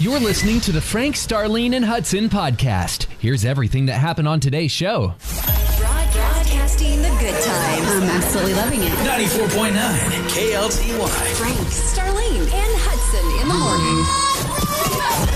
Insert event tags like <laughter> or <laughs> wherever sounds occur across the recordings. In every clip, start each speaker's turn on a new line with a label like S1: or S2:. S1: You're listening to the Frank, Starlene, and Hudson podcast. Here's everything that happened on today's show.
S2: Broadcasting the good times.
S3: I'm absolutely loving it.
S4: 94.9 KLTY.
S2: Frank, Starlene, and Hudson in the morning.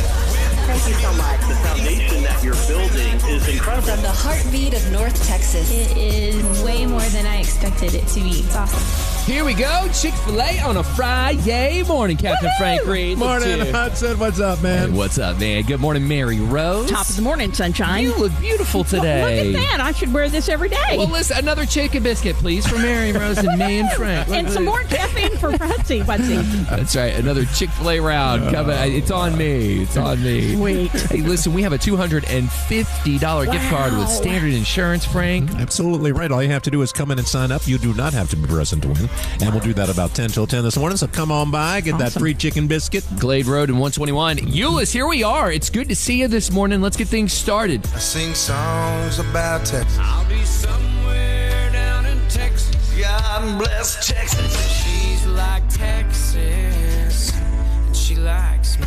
S2: Thank you so much.
S5: foundation that you're building is incredible.
S2: From the heartbeat of North Texas.
S6: It is way more than I expected it to be. It's awesome.
S1: Here we go, Chick fil A on a Friday morning, Captain Frank Reed.
S7: Morning, Hudson. What's up,
S1: Hey,
S7: man?
S1: what's up, man? Good morning, Mary Rose.
S8: Top of the morning, sunshine.
S1: You look beautiful today.
S8: Look at that. I should wear this every day.
S1: Well, listen, another chicken biscuit, please, for
S8: <laughs>
S1: Mary Rose and me and Frank.
S8: and some more caffeine for Patsy. Patsy.
S1: That's right, another Chick fil A round coming. It's on me. It's on me.
S8: Uh. Wait.
S1: Hey, listen, we have a $250 gift card with Standard Insurance, Frank.
S7: Absolutely right. All you have to do is come in and sign up. You do not have to be present to win. And we'll do that about 10 till 10 this morning. So come on by, get that free chicken biscuit.
S1: Glade Road and 121. Euless, here we are. It's good to see you this morning. Let's get things started.
S9: I sing songs about Texas.
S4: I'll be somewhere down in Texas. God bless Texas. She's like Texas, and she likes me.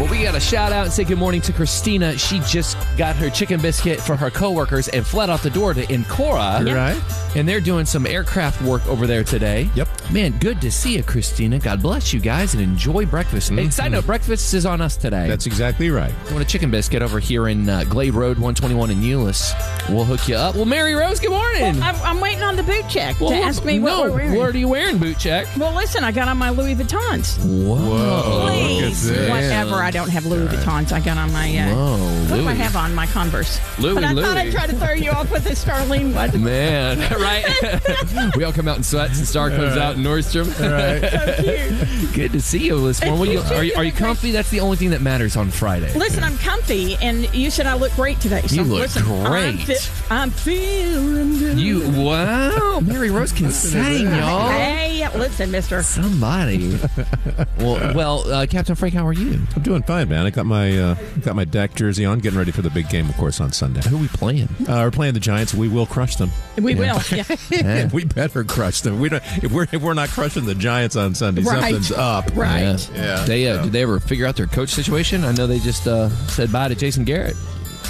S1: Well, we got a shout out and say good morning to Christina. She just got her chicken biscuit for her coworkers and fled out the door to Encora.
S7: You're right.
S1: And they're doing some aircraft work over there today.
S7: Yep.
S1: Man, good to see you, Christina. God bless you guys and enjoy breakfast. Hey, side note, breakfast is on us today.
S7: Mm-hmm. That's exactly right.
S1: Want a chicken biscuit over here in uh, Glade Road 121 in Euless. We'll hook you up. Well, Mary Rose, good morning.
S8: I'm, I'm waiting on the boot check
S1: Well,
S8: to ask me what
S1: no,
S8: we're wearing.
S1: What are you wearing, boot check?
S8: well, listen, I got on my Louis Vuittons.
S1: Whoa.
S8: Please,
S7: this.
S8: whatever. I don't have Louis Vuittons. I got on my. Uh,
S1: Whoa,
S8: what do I
S1: Louis.
S8: have on? My Converse.
S1: Louis,
S8: But I thought
S1: Louis.
S8: I'd try to throw you off with this
S1: <laughs>
S8: Starlene one.
S1: Man, right? <laughs> we all come out in sweats, and Star comes out in Nordstrom. <laughs> Good to see you this morning. What you- are, you, are you comfy? That's the only thing that matters on Friday.
S8: Listen, I'm comfy, and you said I look great today. So
S1: You look
S8: listen, I'm,
S1: great.
S8: fe- I'm feeling good.
S1: You wow, Mary Rose can sing, y'all.
S8: Hey, listen,
S7: <laughs>
S8: Mister.
S1: Somebody. Well, well, uh, Captain Frank, how are you?
S7: I'm doing fine, man. I got my uh, got my Dak jersey on, getting ready for the big game, of course, on Sunday.
S1: Who are we playing?
S7: Uh, we're playing the Giants. We will crush them.
S1: <laughs>
S7: <laughs>
S8: We will. Yeah.
S1: Yeah.
S7: we better crush them. We don't, if we're if we're not crushing the Giants on Sunday,
S8: Right.
S7: something's up.
S8: Right.
S7: Yeah.
S1: They uh, did they ever figure out their coach situation? I know they just uh, said bye to Jason Garrett.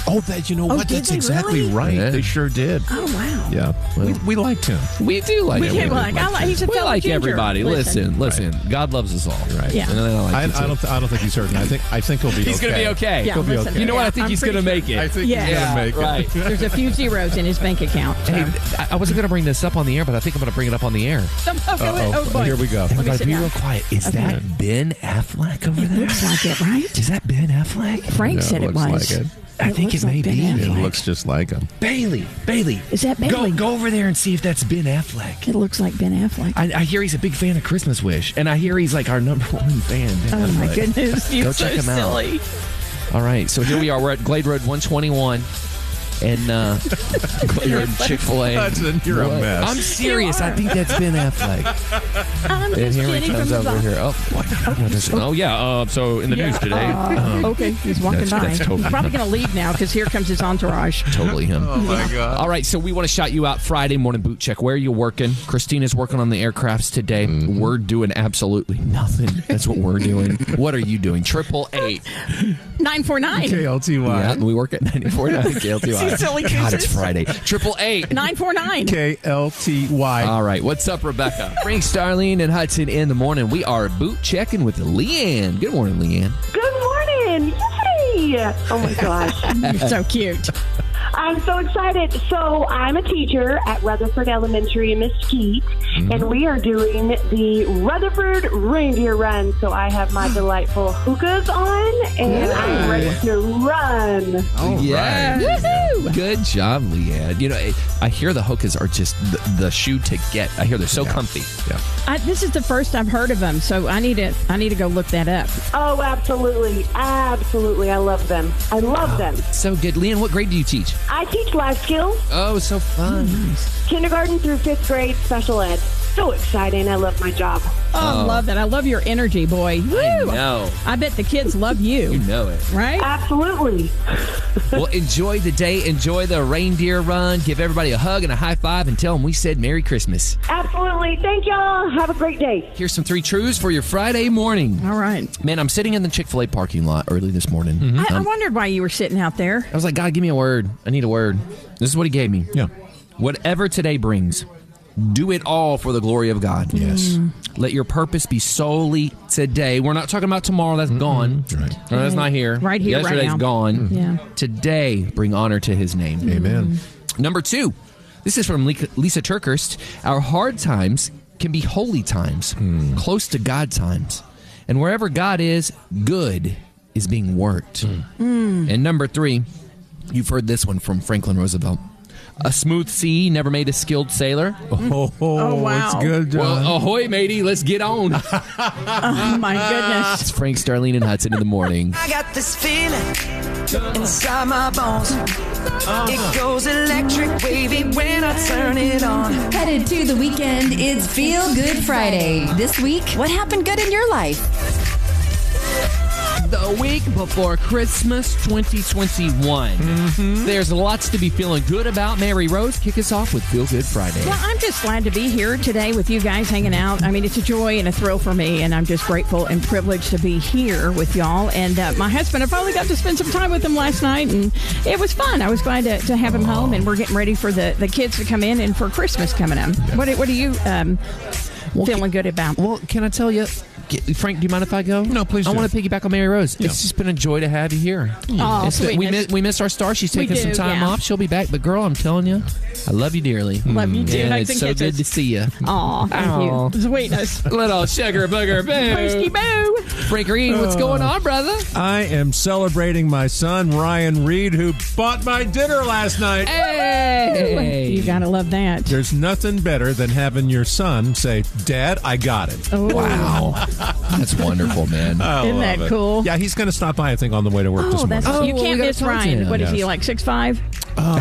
S7: Oh, that you know what?
S8: did
S7: That's
S8: they
S7: exactly
S8: really?
S7: right.
S1: Yeah.
S7: They sure did.
S8: Oh wow.
S7: Yeah. we, we liked him.
S1: We do like
S8: We do
S1: everybody.
S8: like- I like- he's a
S1: we
S8: fellow
S1: like
S8: ginger.
S1: everybody. Listen,
S8: Listen.
S1: listen. God loves us all.
S7: Right.
S8: Yeah.
S1: And I like
S7: I,
S1: you, too.
S7: I don't. I don't think he's hurting. I think. I think he'll be.
S1: He's
S7: okay.
S1: gonna be okay.
S8: Yeah,
S7: He'll be
S8: listen.
S7: okay.
S1: You know what? I think
S8: I'm
S1: he's
S8: pretty
S1: going to make it.
S7: I think
S8: Yeah.
S7: he's
S1: Yeah,
S7: gonna make
S1: right.
S7: it.
S8: There's a few zeros in his bank account. so-
S1: Hey, I- I wasn't going to bring this up on the air, but I think I'm going to bring it up on the air.
S8: <laughs> oh,
S7: Uh-oh.
S8: boy.
S7: Here we go.
S8: Let me
S1: God,
S8: sit
S1: be
S8: down.
S1: real quiet. Is that Ben Affleck over there?
S8: Looks like it, right?
S1: Is that Ben Affleck?
S8: Frank
S7: Yeah,
S8: said it
S7: looks
S8: was.
S7: like it.
S1: I think
S8: looks
S1: it may
S8: like Ben
S1: be.
S7: It
S8: Affleck.
S7: looks just like him.
S1: Bailey, Bailey.
S8: Is that
S1: Go,
S8: Bailey?
S1: go over there and see if that's Ben Affleck.
S8: It looks like Ben Affleck.
S1: I, I hear he's a big fan of Christmas Wish, and I hear he's like our number one fan. Ben
S8: oh my
S1: Affleck.
S8: goodness, you're
S1: Go
S8: so
S1: check him out.
S8: silly.
S1: All right, so here we are. We're at Glade Road 121. And uh, Glade Road Chick Fil A.
S7: Hudson, you're a mess.
S1: I'm serious. I
S8: are.
S1: think that's Ben Affleck.
S8: I'm
S1: And
S8: just
S1: here he
S8: kidding from
S1: comes
S8: the
S1: over
S8: box.
S1: here. Oh, boy. No, this- oh yeah. Uh, so in the news today,
S8: <laughs> okay, he's walking
S1: Uh-huh. That's-
S8: by.
S1: that's totally-
S8: he's probably going to leave now because here comes his entourage.
S1: totally him.
S7: my God.
S1: All right, so we want to shout you out Friday morning boot check. Where are you working? Christina's working on the aircrafts today. We're doing absolutely nothing. That's what we're doing. what are you doing? Triple eight.
S8: Nine four nine.
S1: Yeah,
S7: KLTY.
S1: we work at ninety four nine KLTY.
S8: silly
S1: God, it's
S8: gooses.
S1: Friday. Triple eight.
S8: Nine four nine.
S7: KLTY.
S8: Uh,
S1: All right, what's up, Rebecca? <laughs> Frank, Starlene, and Hudson in the morning. We are boot checking with Leanne. Good morning, Leanne.
S10: Good morning. Yay! Oh my gosh.
S8: You're so cute.
S10: I'm so excited. So, I'm a teacher at Rutherford Elementary in Mesquite, and we are doing the Rutherford Reindeer Run. So, I have my delightful hookahs on, and I'm ready to run.
S1: yeah.
S8: Woohoo!
S1: Good job, Leanne. You know, I- I hear the hokas are just the, the shoe to get. I hear they're so comfy.
S7: Yeah.
S8: I, this is the first I've heard of them, so I need to I need to go look that up.
S10: Oh, absolutely. Absolutely. I love them. I love them.
S1: So good. Leanne, what grade do you teach?
S10: I teach life skills,
S1: Oh, so fun.
S10: kindergarten through fifth grade, special ed. So exciting. I love my job.
S8: Oh, I love that. I love your energy, boy. Woo!
S1: No,
S8: I bet the kids love you,
S1: know it.
S8: right?
S10: Absolutely.
S1: <laughs> well, enjoy the day. Enjoy the reindeer run. Give everybody a hug and a high five and tell them we said Merry Christmas.
S10: Absolutely. Absolutely. Thank y'all. Have a great day.
S1: Here's some three truths for your Friday morning.
S8: All right.
S1: Man, I'm sitting in the Chick fil A parking lot early this morning.
S8: I, I
S1: Um,
S8: wondered why you were sitting out there.
S1: I was like, God, give me a word. I need a word. This is what he gave me.
S7: Yeah.
S1: Whatever today brings, do it all for the glory of God. Mm.
S7: Yes.
S1: Let your purpose be solely today. We're not talking about tomorrow. That's gone.
S7: Right.
S1: No, that's not here.
S8: Right here, right
S1: Yesterday's
S8: now.
S1: gone.
S8: Yeah.
S1: Today, bring honor to his name.
S7: Amen.
S1: Number two, this is from Le- Lisa Turkhurst. Our hard times can be holy times, close to God times. And wherever God is, good is being worked. And number three, you've heard this one from Franklin Roosevelt. A smooth sea never made a skilled sailor.
S7: Oh, oh
S8: wow.
S7: it's good. John.
S1: Well, ahoy, matey, let's get on.
S8: Oh my goodness.
S1: it's Frank, Starlene, and Hudson in the morning.
S4: I got this feeling inside my bones. It goes electric wavy when I turn it on.
S2: Headed to the weekend, it's Feel Good Friday. This week, what happened good in your life?
S1: The week before Christmas 2021. There's lots to be feeling good about. Mary Rose, kick us off with Feel Good Friday.
S8: Well, I'm just glad to be here today with you guys hanging out. I mean, it's a joy and a thrill for me, and I'm just grateful and privileged to be here with y'all. And uh, my husband, I finally got to spend some time with him last night, and it was fun. I was glad to, to have him home, and we're getting ready for the, the kids to come in and for Christmas coming up. What, are- what are you um, feeling good about?
S1: Well, can I tell you, Frank? Do you mind if I go?
S7: No, please
S1: I
S7: do.
S1: want to piggyback on Mary Rose. It's just been a joy to have you here.
S8: Aw,
S1: It's been- we
S8: sweetness.
S1: miss, we missed our star. She's
S8: We
S1: taking some
S8: do,
S1: time
S8: yeah.
S1: off. She'll be back. But girl, I'm telling you, I love you dearly. Mm.
S8: Love you too.
S1: And it's
S8: Hugs and
S1: so
S8: kisses.
S1: good to see you.
S8: Aw, thank
S1: Aw.
S8: you. Sweetness.
S1: Little sugar
S8: <laughs>
S1: booger Oh.
S8: Frisky
S1: boo.
S8: boo.
S1: Frank Green, what's going on, brother?
S7: I am celebrating my son Ryan Reed, who bought my dinner last night.
S1: Hey,
S8: You gotta love that.
S7: There's nothing better than having your son say, "Dad, I got it."
S8: Oh,
S1: Wow, that's wonderful, man.
S7: I
S8: Isn't
S7: love
S8: that
S7: it.
S8: cool?
S7: Yeah, he's going to stop by. I think on the way to work this
S8: Oh,
S7: morning.
S8: that's
S1: Oh,
S8: you
S1: well, we
S8: can't
S1: gotta
S8: miss
S1: talk to
S8: Ryan.
S1: him.
S8: What is he
S7: Yes.
S8: like? Six five? <laughs>
S7: no,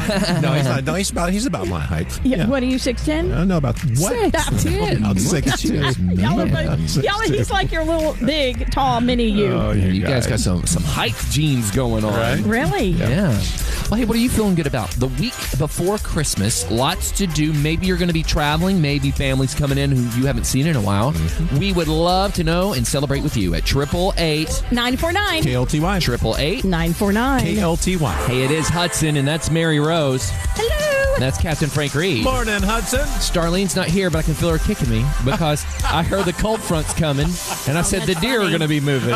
S7: he's not. No, he's about. He's about my height.
S8: Yeah. What are you? Six
S7: I
S8: ten?
S7: don't know about what.
S1: Six, ten.
S7: I'm
S1: Look
S7: six,
S1: at you, man.
S8: Y'all are both, y'all. He's like your little big, tall mini you.
S7: Oh,
S1: You guys got some some height genes going on.
S7: Right?
S8: really?
S1: Yeah. Well, hey, what are you feeling good about? The week before Christmas, lots to do. Maybe you're going to be traveling. Maybe families coming in who you haven't seen in a while. We would love to know and celebrate with you at triple eight
S8: Nine four nine.
S7: KLTY.
S1: triple eight.
S8: Nine four nine.
S7: KLTY.
S1: Hey, it is Hudson, and that's Mary Rose.
S8: Hello.
S1: And that's Captain Frank Reed.
S7: Morning, Hudson.
S1: Starlene's not here, but I can feel her kicking me because I heard the cold front's coming, and I said the
S8: that's
S1: deer are
S8: funny.
S1: going to be moving.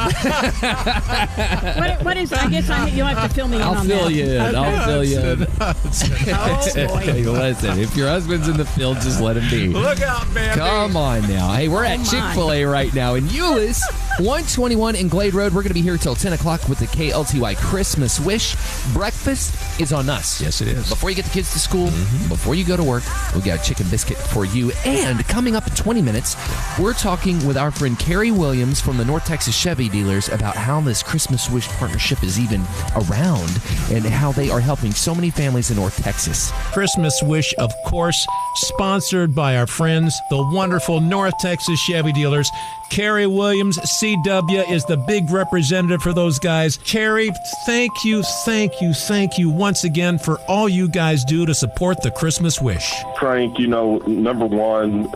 S8: What, what is? I
S1: <laughs>
S8: guess I, you'll have to fill me in
S1: I'll
S8: on
S1: fill
S8: that.
S1: you in. I'll fill you in. <laughs> Hey, listen, if your husband's in the field, just let him be.
S7: Look out, man.
S1: Come on now. Hey, we're at
S8: my.
S1: Chick fil A right now in Euless, 121 in Glade Road. We're going to be here till 10 o'clock with the KLTY Christmas Wish. Breakfast is on us.
S7: Yes, it is. Mm-hmm.
S1: Before you get the kids to school, before you go to work, we got a chicken biscuit for you. And coming up in 20 minutes, we're talking with our friend Carrie Williams from the North Texas Chevy dealers about how this Christmas Wish partnership is even around and how they are helping so many families in North Texas.
S7: Christmas Wish, of course, sponsored by our friends, the wonderful North Texas Chevy dealers. Carrie Williams, CW, is the big representative for those guys. Carrie, thank you, thank you, thank you once again for all you guys do to support the Christmas Wish.
S5: Frank, you know, number one,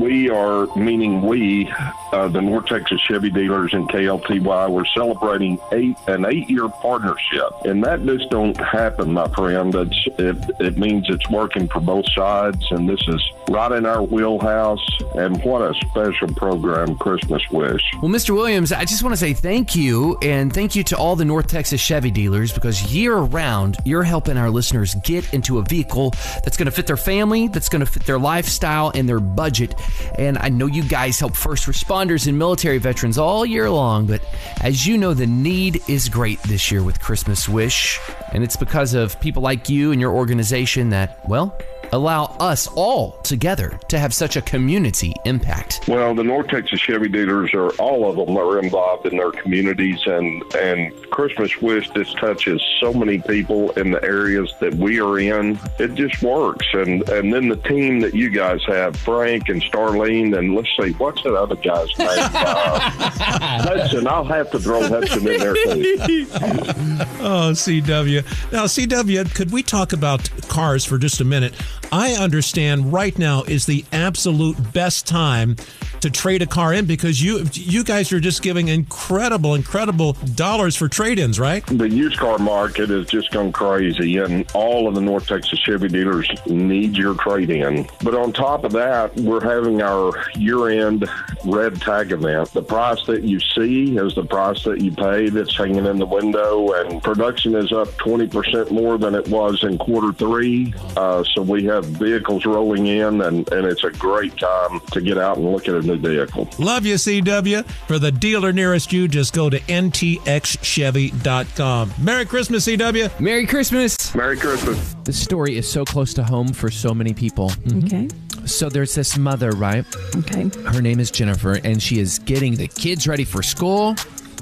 S5: we are, meaning we, uh, the North Texas Chevy dealers and KLTY, we're celebrating eight an eight-year partnership. And that just don't happen, my friend. It's, it, it means it's working for both sides, and this is right in our wheelhouse. And what a special program, Christmas Wish.
S3: Well, Mr. Williams, I just want to say thank you and thank you to all the North Texas Chevy dealers because year round, you're helping our listeners get into a vehicle that's going to fit their family, that's going to fit their lifestyle and their budget. And I know you guys help first responders and military veterans all year long, but as you know, the need is great this year with Christmas Wish. And it's because of people like you and your organization that, well, allow us all together to have such a community impact.
S5: Well, the North Texas Chevy dealers are all of them are involved in their communities, and and Christmas Wish this touches so many people in the areas that we are in. It just works, and and then the team that you guys have, Frank and Starlene, and let's see, what's that other guy's name? Uh, Hudson. I'll have to throw Hudson in there too.
S7: Oh, CW. Now, CW, could we talk about cars for just a minute? I understand right now is the absolute best time to trade a car in because you you guys are just giving incredible, incredible dollars for trade-ins, right?
S11: The used car market has just gone crazy, and all of the North Texas Chevy dealers need your trade in. But on top of that, we're having our year end red tag event. The price that you see is the price that you pay that's hanging in the window, and production is up 20% more than it was in quarter three. Uh, so we have vehicles rolling in, and, and it's a great time to get out and look at a new vehicle.
S7: Love you, CW. For the dealer nearest you, just go to ntxchevy.com. Merry Christmas, CW.
S1: Merry Christmas.
S11: Merry Christmas.
S1: This story is so close to home for so many people.
S8: Okay.
S1: So there's this mother, right?
S8: Okay.
S1: Her name is Jennifer, and she is getting the kids ready for school.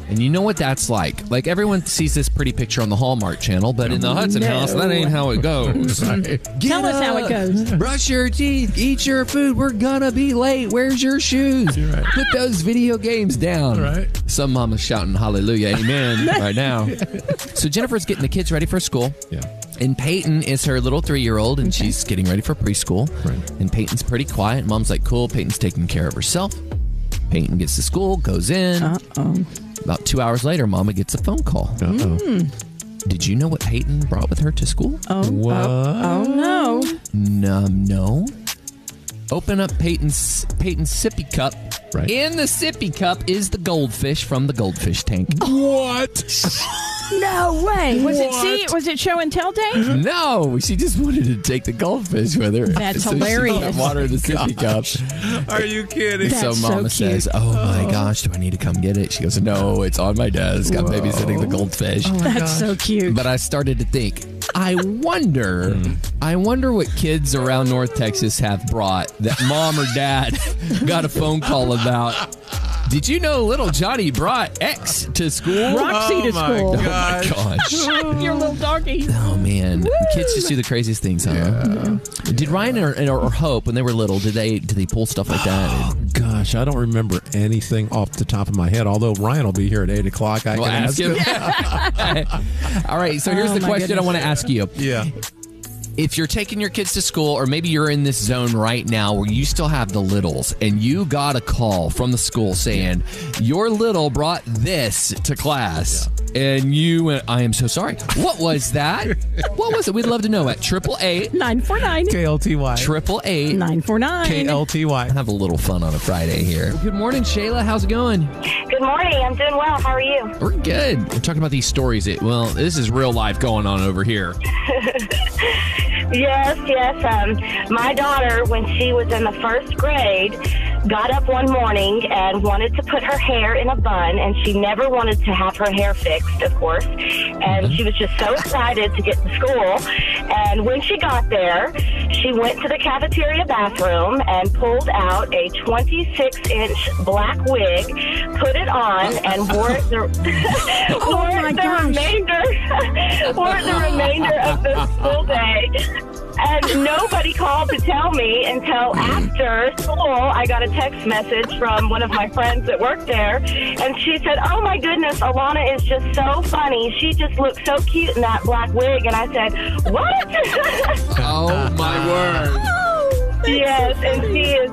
S1: And you know what that's like. Like everyone sees this pretty picture on the Hallmark Channel, but in the Hudson
S8: No.
S1: house, that ain't how it goes. <laughs> Get
S8: <laughs> Tell us how it
S1: up,
S8: goes.
S1: Brush your teeth, eat your food. We're gonna be late. Where's your shoes?
S7: You're right.
S1: Put those video games down.
S7: Right.
S1: Some mama's shouting hallelujah,
S8: <laughs>
S1: amen, right now. So Jennifer's getting the kids ready for school.
S7: Yeah.
S1: And Peyton is her little three year old, and she's getting ready for preschool.
S7: Right.
S1: And Peyton's pretty quiet. Mom's like, cool, Peyton's taking care of herself. Peyton gets to school, goes in.
S8: Uh oh.
S1: About two hours later, Mama gets a phone call. Hmm.
S7: Uh-oh.
S1: Did you know what Peyton brought with her to school?
S8: Oh.
S7: What?
S8: Oh no.
S1: No, no. Open up Peyton's Peyton's sippy cup.
S7: Right.
S1: In the sippy cup is the goldfish from the goldfish tank.
S7: What?
S8: No way. Was it see? Was it show and tell day?
S1: Oh, No, she just wanted to take the goldfish with her. <laughs>
S8: That's
S1: she got
S8: hilarious. Oh
S1: Water in the sippy cup.
S7: Are you kidding?
S8: That's
S1: so
S8: so
S1: Mama
S8: cute.
S1: says, "Oh my gosh, do I need to come get it?" She goes, "No, it's on my desk. I'm babysitting the goldfish."
S8: Oh That's so cute.
S1: But I started to think, I wonder,
S7: Hmm.
S1: I wonder what kids around North Texas have brought that mom or dad <laughs> got a phone call about. Did you know little Johnny brought X to school?
S8: Roxy to
S7: my
S8: school.
S1: Oh my gosh.
S8: Your little doggy.
S1: Oh man, kids just do the craziest things, huh? Did Ryan or, or, or Hope when they were little? Did they did they pull stuff like <gasps> that?
S7: Gosh, I don't remember anything off the top of my head. Although Ryan will be here at eight o'clock, I
S1: We'll
S7: can
S1: ask him. <laughs> All right, so here's
S8: Oh,
S1: the
S8: my
S1: question I
S8: goodness.
S1: want to ask you.
S7: Yeah.
S1: if you're taking your kids to school or maybe you're in this zone right now where you still have the littles and you got a call from the school saying your little brought this to class and you went i am so sorry what was that <laughs> what was it we'd love to know at triple eight
S8: Nine four nine.
S7: KLTY.
S1: triple eight
S8: Nine four nine.
S7: KLTY.
S1: have a little fun on a friday here good morning shayla how's it going
S10: Good morning. I'm doing well. How are you?
S1: we're good we're talking about these stories that well this is real life going on over here
S10: Yes, yes. Um, my daughter, when she was in the first grade, got up one morning and wanted to put her hair in a bun, and she never wanted to have her hair fixed, of course. And she was just so excited to get to school. And when she got there, she went to the cafeteria bathroom and pulled out a 26 inch black wig, put it on, and wore it
S8: <laughs>
S10: the, wore
S8: Oh my
S10: it the
S8: gosh.
S10: remainder <laughs> wore it the remainder of the school day. And nobody called to tell me until after school. I got a text message from one of my friends that worked there, and she said, "Oh my goodness, Alana is just so funny. She just looks so cute in that black wig." And I said, "What?" <laughs>
S1: oh my word
S10: yes, and she is.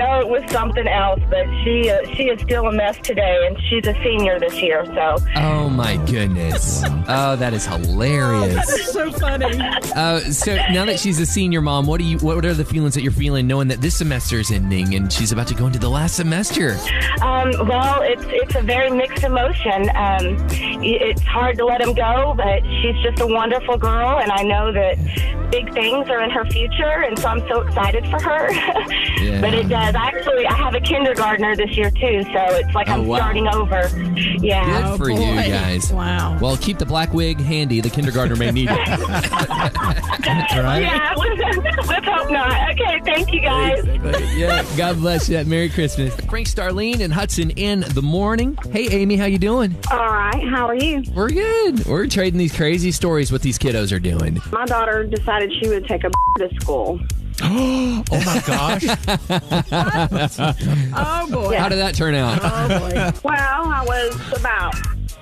S10: Oh, it was something else, but she uh, she is still a mess today, and she's a senior this year. So
S1: oh my <laughs> goodness oh that Oh, is hilarious
S8: So funny.
S1: Uh, so now that she's a senior mom, what do you? What are the feelings that you're feeling, knowing that this semester is ending and she's about to go into the last semester?
S10: Um, well, it's it's a very mixed emotion. Um, i- it's hard to let him go, but she's just a wonderful girl, and I know that big things are in her future, and so I'm so excited for her. <laughs> But it does. I Actually, I have a kindergartner this year too, so it's like
S1: Oh,
S10: I'm
S1: wow.
S10: starting over. Yeah.
S1: Good
S8: Oh,
S1: for you
S8: boy.
S1: guys.
S8: Wow.
S1: Well, keep the black wig handy. The kindergartner may need <laughs> it.
S10: Yeah. <laughs> Let's hope not. Okay. Thank you, guys.
S1: yeah. God bless you. Merry Christmas. Frank Starlene and Hudson in the morning. Hey, Amy, how you doing?
S12: All right, how are you?
S1: We're good. We're trading these crazy stories what these kiddos are doing.
S12: My daughter decided she would take a <laughs> to school.
S7: Oh <laughs> my gosh.
S8: Oh boy.
S1: How did that turn out?
S12: Well, I was about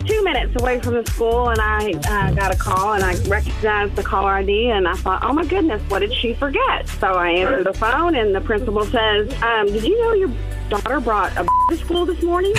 S10: two minutes away from the school, and I uh, got a call, and I recognized the caller ID, and I thought, oh my goodness, what did she forget? So I answered the phone, and the principal says, um, did you know your daughter brought a to school this morning?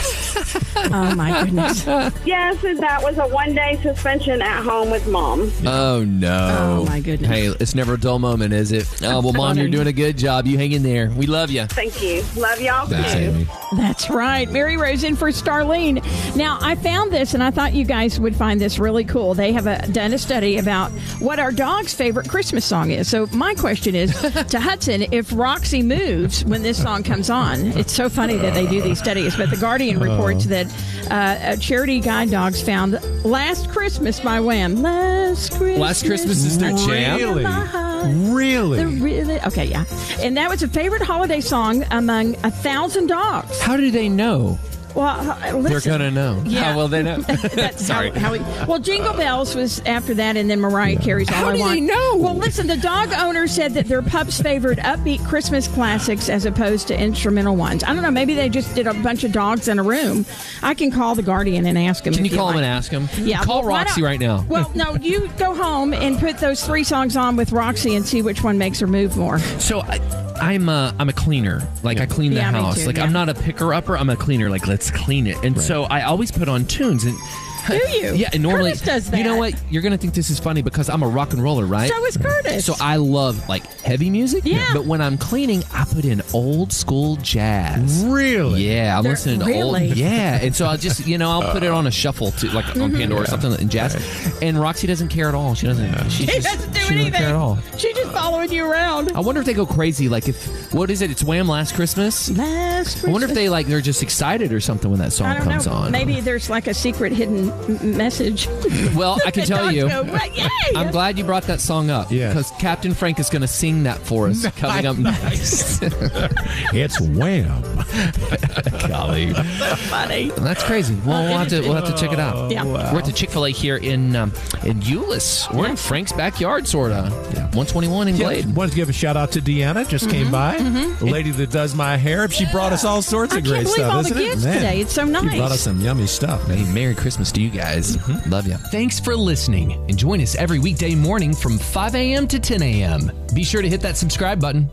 S8: oh
S1: <laughs>
S8: my goodness.
S10: yes, and that was a one-day suspension at home with mom.
S1: Oh no!
S10: Oh, my goodness.
S1: Hey, it's never a dull moment, is it? Oh well, mom, you're doing a good job. You hang in there. We love you.
S10: Thank you. Love y'all
S1: That's
S10: too.
S1: Amy.
S8: That's right. Mary Rose in for Starlene. Now, I found this and I thought you guys would find this really cool. They have a, done a study about what our dog's favorite Christmas song is. So, my
S1: <laughs>
S8: question is to Hudson if Roxy moves when this song comes on. It's so funny that they do these studies, but The Guardian
S1: Uh-huh.
S8: reports that uh, a charity guide dogs found Last Christmas by Wham. Last Christmas.
S1: Last Christmas is their jam?
S8: in my heart.
S7: Really?
S8: The really? Okay, yeah. And that was a favorite holiday song among a thousand dogs.
S1: How do they know?
S8: Well, h- listen.
S1: They're
S8: <laughs>
S1: gonna know.
S8: Yeah.
S1: How will they know?
S8: <laughs> That's
S1: Sorry.
S8: How, how we, well, Jingle Bells was after that, and then Mariah Carey's All
S1: How
S8: I
S1: do they
S8: Want.
S1: know?
S8: Well, listen, the dog owner said that their pups favored upbeat Christmas classics as opposed to instrumental ones. I don't know. Maybe they just did a bunch of dogs in a room. I can call the Guardian and ask him.
S1: Can
S8: if <laughs>
S1: you call
S8: like.
S1: him and ask him?
S8: Yeah,
S1: Call
S8: well, why
S1: Roxy
S8: not-
S1: right now.
S8: Well, no, you go home and put those three songs on with Roxy and see which one makes her move more.
S1: So I, I'm a I'm a cleaner. Like I clean the
S8: Yeah, me
S1: house.
S8: too,
S1: like
S8: yeah.
S1: I'm not a picker upper. I'm a cleaner. Like let's clean it. And so I always put on tunes. And
S8: <laughs> Do you?
S1: Yeah. And normally
S8: Curtis does
S1: You know
S8: that.
S1: what? You're gonna think this is funny because I'm a rock and roller, right?
S8: So is Curtis.
S1: So
S8: <laughs>
S1: I love like heavy music.
S8: Yeah.
S1: But when I'm cleaning, I put in old school jazz.
S7: Really?
S1: Yeah. I'm
S8: There-
S1: listening to
S8: really?
S1: old. Yeah. And so I'll just you know I'll put it on a shuffle to like on
S8: Mm-hmm.
S1: Pandora or something in jazz. And Roxy doesn't care at all. She doesn't. She,
S8: She
S1: just,
S8: doesn't do
S1: she
S8: anything.
S1: Doesn't care at all.
S8: She's just following you around.
S1: I wonder if they go crazy. Like if what is it? It's Wham! Last Christmas.
S8: Last
S1: I wonder if
S8: Christmas.
S1: they like they're just excited or something when that song
S8: I don't
S1: comes
S8: know.
S1: on. <laughs>
S8: Maybe there's like a secret hidden m- message.
S1: Well,
S8: <laughs>
S1: I can
S8: The
S1: tell
S8: dogs
S1: you.
S8: go, "Well, yay!"
S1: I'm glad you brought that song up
S7: Yes.
S1: because Captain Frank is going to sing that for us coming up next. <laughs>
S7: It's wham.
S1: Golly,
S8: Funny.
S1: that's crazy. Well, we'll have to we'll have to check it out.
S8: Yeah. wow.
S1: We're at the Chick Fil A here in um, in Euless. We're in Frank's backyard, sorta. 121 in
S7: Yeah,
S1: Glade.
S7: wanted to give a shout out to Deanna. Just
S8: Mm-hmm,
S7: came by, the lady that does my hair. She brought us all sorts
S8: I
S7: of
S8: can't
S7: great
S8: believe
S7: stuff.
S8: all the
S7: isn't it?
S8: gifts
S7: Man,
S8: today. It's so nice.
S7: She brought us some yummy stuff.
S1: Hey, Merry Christmas to you guys. Love you. Mm-hmm. Thanks for listening. And join us every weekday morning from 5 a.m. to 10 a.m. Be sure to hit that subscribe button.